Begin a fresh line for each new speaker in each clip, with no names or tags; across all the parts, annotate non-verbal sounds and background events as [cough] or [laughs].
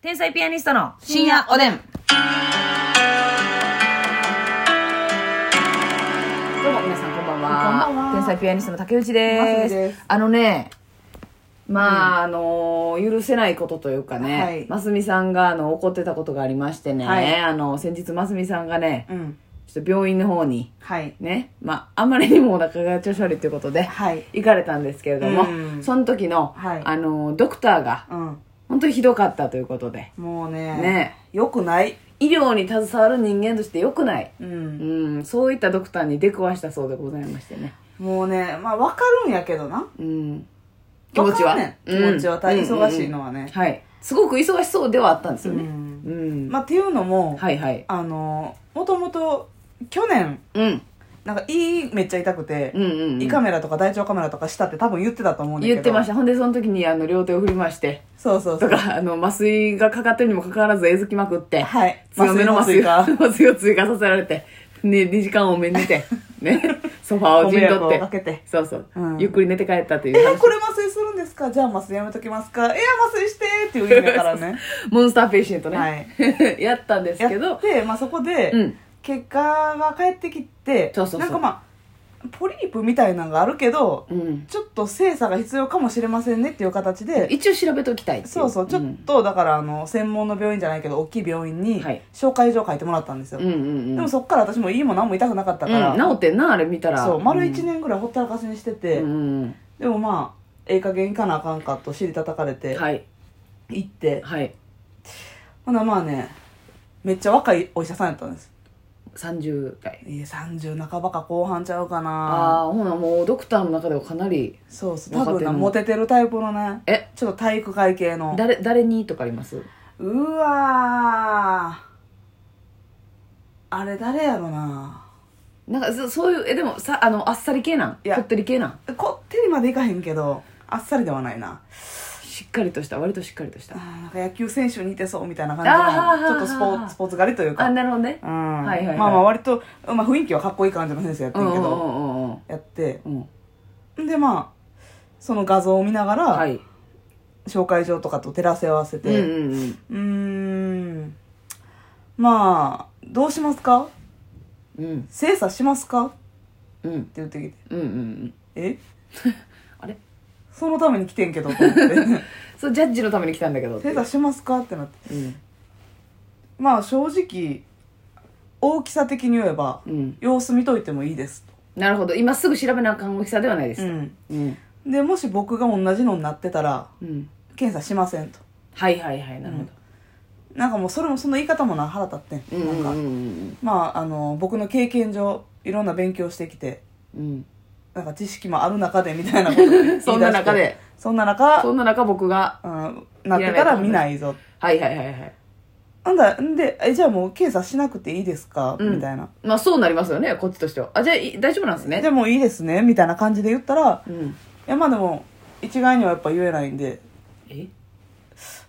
天才ピアニストの
深夜おでん。
どうも皆さんこんばんは
こんばんは
天才ピアニストの竹内で
ますすみです
あのねまあ、あのー許せないことというかね、
はい
ますみさんがあの怒ってたことがありましてね、
はい
あの先日ますみさんがね、
うん。
ちょっと病院の方に
はい。
ねまああんまりにもお腹が調子悪いということで、
はい。
行かれたんですけれども、
うん
その時の、
はい
あのードクターが
うん。
本当にひどかったということで
もうね。
ね
よくない。
医療に携わる人間として良くない、
う。
うんん、そういったドクターに出くわしたそうでございましてね
もうね、まあわかるんやけどな。
うん気持ちは、
わかんねん気持ちは大
うん
忙しいのはね
うんうんはいすごく忙しそうではあったんですよね
う
うん
ん、
うん
まあっていうのも、
はいはい
あの、もともと去年、
うん
なんか胃めっちゃ痛くて、
うんうんうん
胃カメラとか大腸カメラとかしたって多分言ってたと思うんだけど。。
言ってましたたほんでその時にあの両手を振りまして
そうそうそ
と
う。
かあの麻酔がかかってるにもかかわらずえずきまくって、
はい。
強めの麻酔
麻
[laughs] が麻酔を追加させられて、ね、2時間多めに寝て、
[laughs]
ね、ソファーを陣
迷
取
惑
っ
を
て
かけて
そうそう、
うん
ゆっくり寝て帰ったという
え
話
ー、これ麻酔するんですかじゃあ麻酔やめときますかえー、麻酔してっていう意味だからね。
[laughs] モンスターペーシェントね、
はい
[laughs] やったんですけ
や
ど
って、まあ、そこで、
うん
結果が返ってきて
そうそうそう
なんかまあポリープみたいなのがあるけど、
うん
ちょっと精査が必要かもしれませんねっていう形で
一応調べておきたいってい
そうそうちょっとだからあの専門の病院じゃないけど大きい病院に
はい
紹介状書いてもらったんですよ、
うんうんうんうん
でもそっから私もいいも何も痛くなかったから、
うん、治ってんなあれ見たら
そう丸
一
1年ぐらいほったらかしにしてて、
うん
でもまあええ加減いかなあかんかと尻叩かれて
はい
行って、
はい
ほなまあねめっちゃ若いお医者さんやったんです
30代
いや30半ばか後半ちゃうかな
ああほなもうドクターの中ではかなり
そうそう
若
多分
手
な
の
モテてるタイプのね
え
ちょっと体育会系の
誰誰にとかあります
うわーあれ誰やろな
なんかそそういうえでもさあのあっさり系なん
いや
こってり系なん
こってりまでいかへんけどあっさりではないな
しっかりとした割としっかりとし
あ
た
ーなんか野球選手に似てそうみたいな
あー
感じのちょっとスポーツスポーツ狩りというか
あ
うん
なるほどねはいはいはい
まあまあ割と、まあ、雰囲気はかっこいい感じの先生やって
うんん
け
うんう
ど
んうん
やって
うん
でまあその画像を見なが
は
ら
い
紹介状とかと照らせ合わせて、
うんうんうん
うーんまあどうしますか
うん
精査しますかっ
う
て
ん
言ってきて
うんうんうん
え
あれ
そのために来てんけどと思って
[laughs] そうジャッジのために来たんだけどってい
精
う
査しますかってなって
うん
まあ正直大きさ的に言えば、
うん
様子見といてもいいです
なるほど今すぐ調べなあかん大きさではないで
と、
すうん
でもし僕が同じのになってたら
うん
検査しませんと
はいはいはいなるほど
なんかもうそれもその言い方もな腹立ってん,、
うんうん
なん
う
か
ん
まああの僕の経験上いろんな勉強してきて
うん
なんか知識もある中でみたいなことを言い出して
[laughs] そんな中で
そんな中
そんな中僕が
うんなってから見ないぞ。
はいはいはいはい
なんだ、んで、え、じゃあもう検査しなくていいですか、
うん
みたいな。
まあそうなりますよねこっちとしてはあじゃあい大丈夫なんです
じゃ
ね
あもういいですねみたいな感じで言ったら、
うん
いやまあでも、一概にはやっぱ言えないんで、
え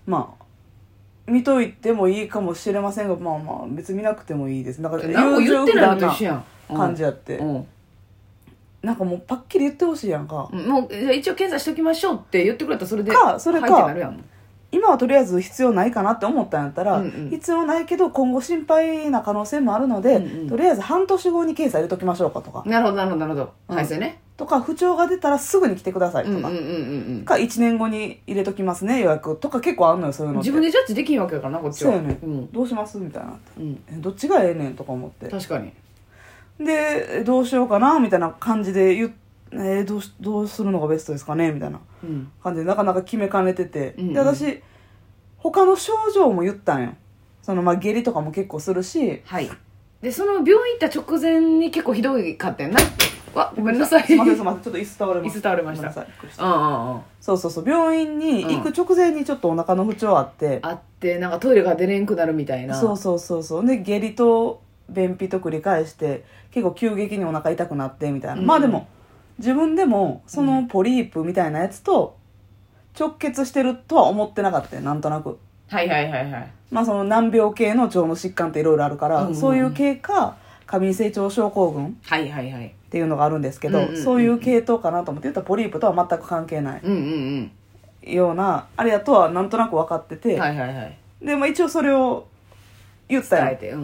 まあ、見といてもいいかもしれませんが、まあまあ、別に見なくてもいいです。だから、
何も言ってないのと一緒
優
やん
柔不断な感じやって、
うん
なんかもうパッキリ言ってほしいやんか。
うんもうじゃあ一応検査しときましょうって言ってくれたらそれで
かそれか
はいってなるやん
今はとりあえず必要ないかなって思ったんやったら、
うんうん
必要ないけど今後心配な可能性もあるので、
うんうん
とりあえず半年後に検査入れときましょうかとか、
なるほどなるほどなるほど
うん
はいそうよね
とか不調が出たらすぐに来てくださいと
うん
か、
うんうんうん
か1年後に入れときますね予約とか結構あんのよそういう
うん
のって
自分でジャッジできんわけやからなこっち
そう
は
やね、
うん
どうしますみたいな
うん
えどっちがええねんとか思って
確かに
でえどうしようかなみたいな感じで言っえーどうしどうするのがベストですかねみたいな
うん
感じでなかなか決めかねてて、
うんうん
で私他の症状も言ったんよそのまあ下痢とかも結構するし
はいでその病院行った直前に結構ひどいかったよなわごめんなさい
すいませんすいませんちょっと椅子倒れま
椅
し
子
た
倒れました
ごめんなさいびっくりした
うんうんうん
そうそうそう病院に行く直前にちょっとお腹の不調あって、
あってなんかトイレが出れんくなるみたいな
そうそうそうそうで下痢と便秘と繰り返して結構急激にお腹痛くなってみたいな、
うん
まあでも自分でもそのポリープみたいなやつと直結してるとは思ってなかったよなんとなく
はいはいはいはい
まあその難病系の腸の疾患っていろいろあるから、
うん
そういう系か過敏性腸症候群っ
はいはいはい
ていうのがあるんですけど、
うんうんうんうん
そういう系統かなと思って言ったらポリープとは全く関係ない
うんうん
ようなあれやとはなんとなく分かって
う
て、
んはいはいはい
で、まあ、一応それを言った
伝
よ
えてうん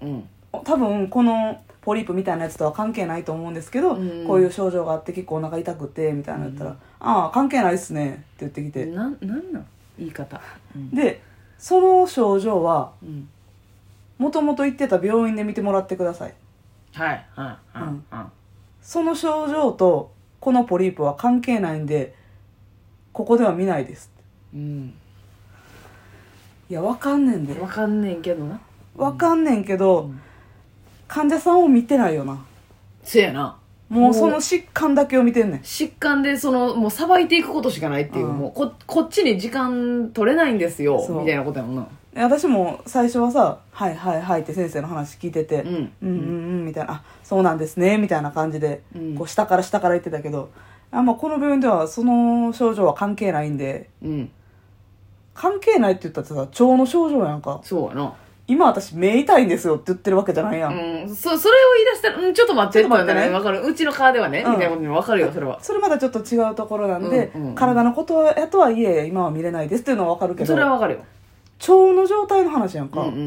うん、
うん
多分このポリープみたいなやつとは関係ないと思うんですけど、
うん
こういう症状があって結構お腹痛くてみたいなの言ったら「
うん
ああ関係ないっすね」って言ってきて、
なんなんなん言い方うん
でその症状は
うん
もともと行ってた病院で見てもらってください
はいはいはい
うん
は
その症状とこのポリープは関係ないんでここでは見ないです
いうん
いやわかんねんで
わかんねんけどな
わかんねんけど、
うん
患者さんを見てないよな
せやな
もうその疾患だけを見てんねん
疾患でそのもうさばいていくことしかないっていう、
うん
もうここっちに時間取れないんですよ
そう
みたいなことやもんな
で私も最初はさ「はいはいはい」って先生の話聞いてて「
うん
うんうんうん」みたいな「あそうなんですね」みたいな感じで、
うん
こう下から下から言ってたけどあ、まあ、この病院ではその症状は関係ないんで
うん
関係ないって言ったってさ腸の症状やんか
そうやな
今私目痛いんですよって言ってるわけじゃないやん、
うんそそれを言い出したらうんちょっと待って
ちょっと待ってね
わかるうちの川ではね、
うん
みたいなことに分かるよそれは
それまだちょっと違うところなんで、
うんうんうん
体のことやとはいえ今は見れないですっていうのはわかるけど
それは
腸
分かるよ
の状態の話やん
う
か、
んうんう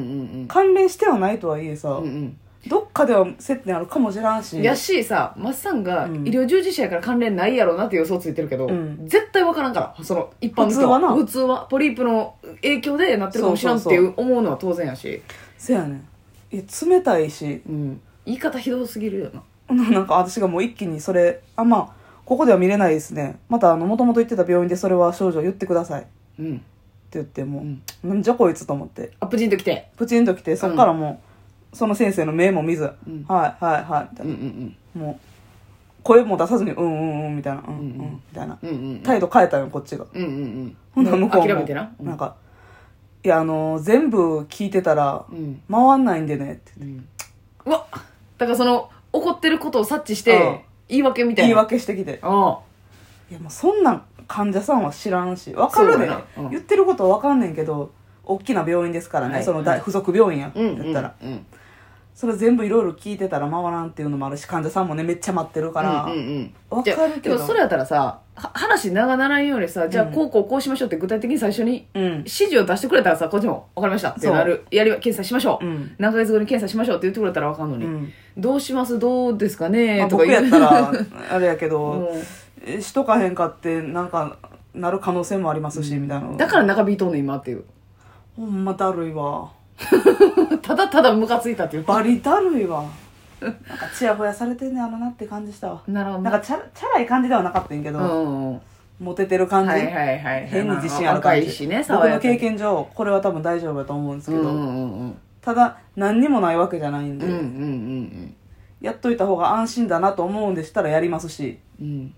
ん
関連してはないとはいえさ、
うんうん
どっかでは接点あるかもしらん
う
し
んやしさマッサンが医
うん
療従事者やから関連ないやろうなって予想ついてるけど、
うん
絶対分からんからその一般の人
普通はな
普通はポリープの影響でなってるかもしらんってい
そう
う思うのは当然やし
せやねんいや冷たいし
うん言い方ひどすぎるよな
[laughs] ななんか私がもう一気にそれあまあここでは見れないですねまたあのもともと言ってた病院でそれは症状言ってくださいって
うん
言っても
うん
う、なんじゃこいつと思って
アップジンときて
プチンときてそっからもう、その先生の目も見ず、
うん
はいはいはいみた
う
い
んう
な、
ん
もう声も出さずにうんうんうんみたいなうんうん、
うんうん
みたいな
うんうんうん
態度変えたよこっちが
うんうん
ほんなら向こうも
諦めてな
なんか「いやあの全部聞いてたら
うん
回んないんでね」って
うんうわっだからその怒ってることを察知して言い訳みたいな
言い訳してきて
あ
いやもうそんなん患者さんは知らんし分かる
そう
で、
やなうん
言ってることは分かんねんけど大きな病院ですからね、
はい
その大
うん
附属病院や、
あうん
やったら
うん
それ全部いろいろ聞いてたら回らんっていうのもあるし患者さんもねめっちゃ待ってるから、
うんうんうん
わかるけど
じゃあでもそれやったらさは話長ならんようにさじゃあ
うん
こうこうこうしましょうって具体的に最初に
うん
指示を出してくれたらさこっちも分かりましたってなるやりは検査しましょう、
うん
何ヶ月後に検査しましょうって言ってくれたら分かんのに、
うん
どうしますどうですか
ま
ね
あ
とか
僕
言
や
う
ったらあれやけど、
[laughs] うん
えしとかへんかってなんかなる可能性もありますし、みたいな
だから中引いとんの今っていう
ほんまだるいわ
ただただムカついたっていう
バリだるいわなんかチヤホヤされてんねあのなって感じしたわ
なるほど
なんかチャラチャラい感じではなかったんやけど、
うんうん
モテてる感じ、
はいはいはい
変に自信ある
若
感
い
じ
しね
僕
で
の経験上これは多分大丈夫だと思うんです
う
け
んう
ど、
んうん
ただ何にもないわけじゃないん
うんう
で、
んうん
やっといた方が安心だなと思うんでしたらやりますし、
うんうん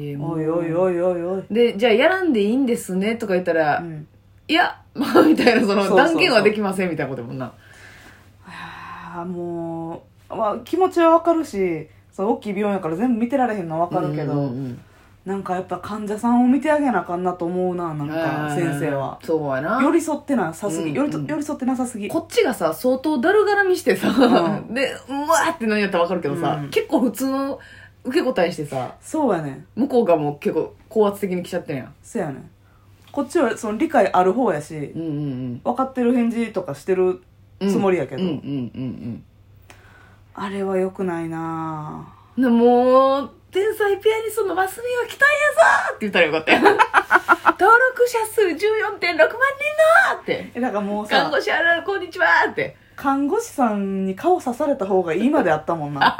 いやもう
おいおいおいおいおい、
でじゃあやらんでいいんですねとか言ったら、
うん、
いや [laughs] まあみたいなそ
そう
の
そうそう
断言はできませんみたいなことやもんな
ああもう、まあ、気持ちはわかるしそう大きい病院やから全部見てられへんのはわかるけど、
うんうん
なんかやっぱ患者さんを見てあげなあかんなと思うなな
うんん
か先生は
そうやな
寄り添ってなさすぎ、
うん
寄りと
うん
寄り添ってなさすぎ
こっちがさ相当だるがらみしてさ、
う
でうわーって何やったらわかるけどさ、
うん
結構普通の受け答えしてさ
そうやねん
向こうがもう結構高圧的に来ちゃってるやん
そうやねんこっちはその理解ある方やし、
うんうん
分かってる返事とかしてる
うん
つもりやけど、
うんうんうん
あれは良くないなぁ
うんなもう天才ピアニストのマスミが来たんやぞーって言ったらよかったよ
[laughs]
登録者数14.6万人のーって
えだからもう
看
さ
護師あるあるこんにちはーって
看護師さんに顔刺された方がいいまであったも
[laughs]
んな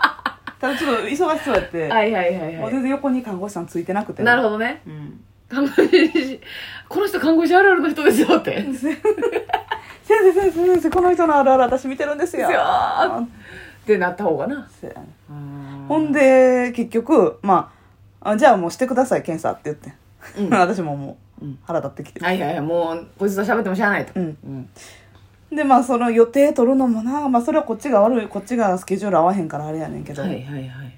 ただちょっと忙しそうやって、
はいはいはい
も
は
う
い
全然横に看護師さんついてなくて
なる
ほ
ほどね
ど、うん、
看護師この人看護師あるあるの人ですよってで
先生先生先生この人のあるある私見てるんです
す
よ
よーってなった方がな
そうやね
ほ
ほんで結局まああじゃあもうしてください検査って言って、
うん
[laughs] 私ももう
うん
腹立ってきて、
はいはいはいもうこいつと喋ってもしゃあないと
うん
うん
でまあその予定取るのもな、まあ、それはこっちが悪いこっちがスケジュール合わへんからあれやねんけど、
はいはいはい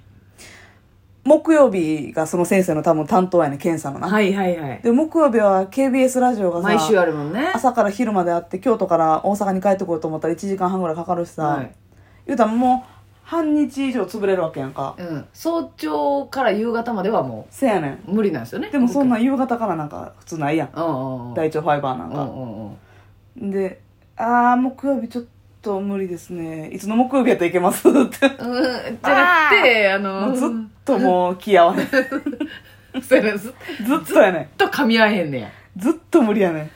木曜日がその先生の多分担当やねん検査のな、
はいはいはい
で木曜日は KBS ラジオがさ
毎週あるもんね
朝から昼まであって京都から大阪に帰ってこようと思ったら1時間半ぐらいかかるしさ、
はい
言うたらもう半日以上潰れるわけやんか、
うん早朝から夕方まではも
せやねん
う無理なんですよね
でもそん
な
な夕方からなんか普通ないやん
うんうんうん
大腸ファイバーなん
う
か、
んうんうん
で「ああ木曜日ちょっと無理ですねいつの木曜日やったらいけます」って
うんじゃなくてあの
もうずっともう気合わへんずっ
そうやねずっ
とやねん
と噛み合えへんねや [laughs]
ずっと無理やねんい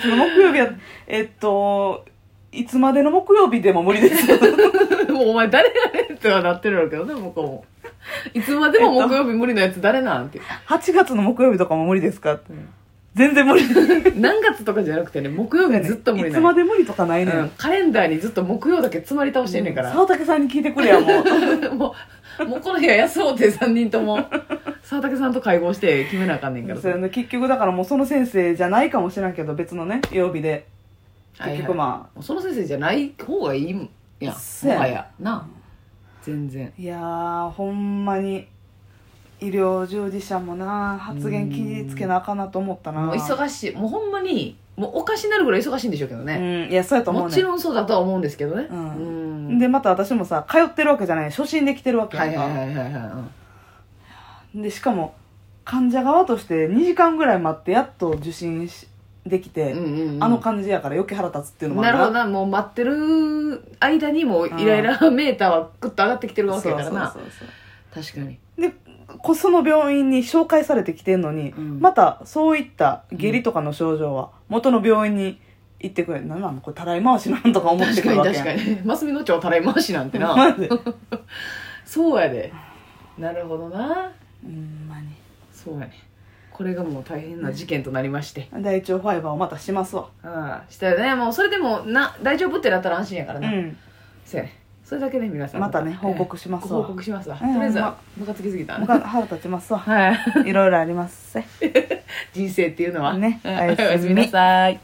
つの木曜日やえっといつまでの木曜日でも無理です
[laughs] もうお前誰やねんってはなってるわけどね向こうもいつまでも木曜日無理なやつ誰なんって
8月の木曜日とかも無理ですかって全然無理そう
何月とかじゃなくてね木曜日
やねん
ずっと無理
い
なの
つまで無理とかないねん、
うん、カレンダーにずっと木曜だけ詰まり倒してんねんから、
沢竹さんに聞いてくれ
[laughs]
やもう
もうもうこの部屋休もうって3人とも沢竹さんと会合して決めなあかんねんから
それで結局だからもうその先生じゃないかもしれんけど別のね曜日で
はいはい
結局ま
その先生じゃない方がいいんや
そう
も
やね
はやな全然
いやーほんまに医療従事者もな発言気ぃつけなあかんなと思ったな
もう忙しいもうほんまにもうおかしになるぐらい忙しいんでしょうけどね、
うんいやそうやと思うね
もちろんそうだとは思うんですけどね
うん
ん
でまた私もさ通ってるわけじゃない初心で来てるわけや
は
ん
い
か、
はいはいはいはい、うん
でしかも患者側として2時間ぐらい待ってやっと受診しできて、
うんうんうん
あの感じやから余計腹立つっていうのもあ
な
る
るほどなもう待ってる間にもうイライラメーターはグッと上がってきてるわけ
そ
や
う
か
そ
ら
う
な
そうそう
確かに
でこその病院に紹介されてきてんのに、
うん
またそういった下痢とかの症状は元の病院に行ってくれ、なんなのこれたらい回しなんとか思っ
確
てく
か
る
に
わけ
確
やん
かにマスミの町たらい回しなんてな
マジで
そうやでなるほどな
ほんまに
そうやねこれがもう大変な事件となりまして、
大腸ファイバーをまたしますわ
ああしたよねもうそれでもな大丈夫ってなったら安心やから
う
な、
ん
そうやねそれだけね皆さん
またね報告します
ご
わ
報告しますわ、
うん
とりあえず
ま
はムカつきすぎた
僕は腹立ちますわ
はい
いろいろありますせ
人生っていうのは
ね
うん
おやすみ
おやすみなさい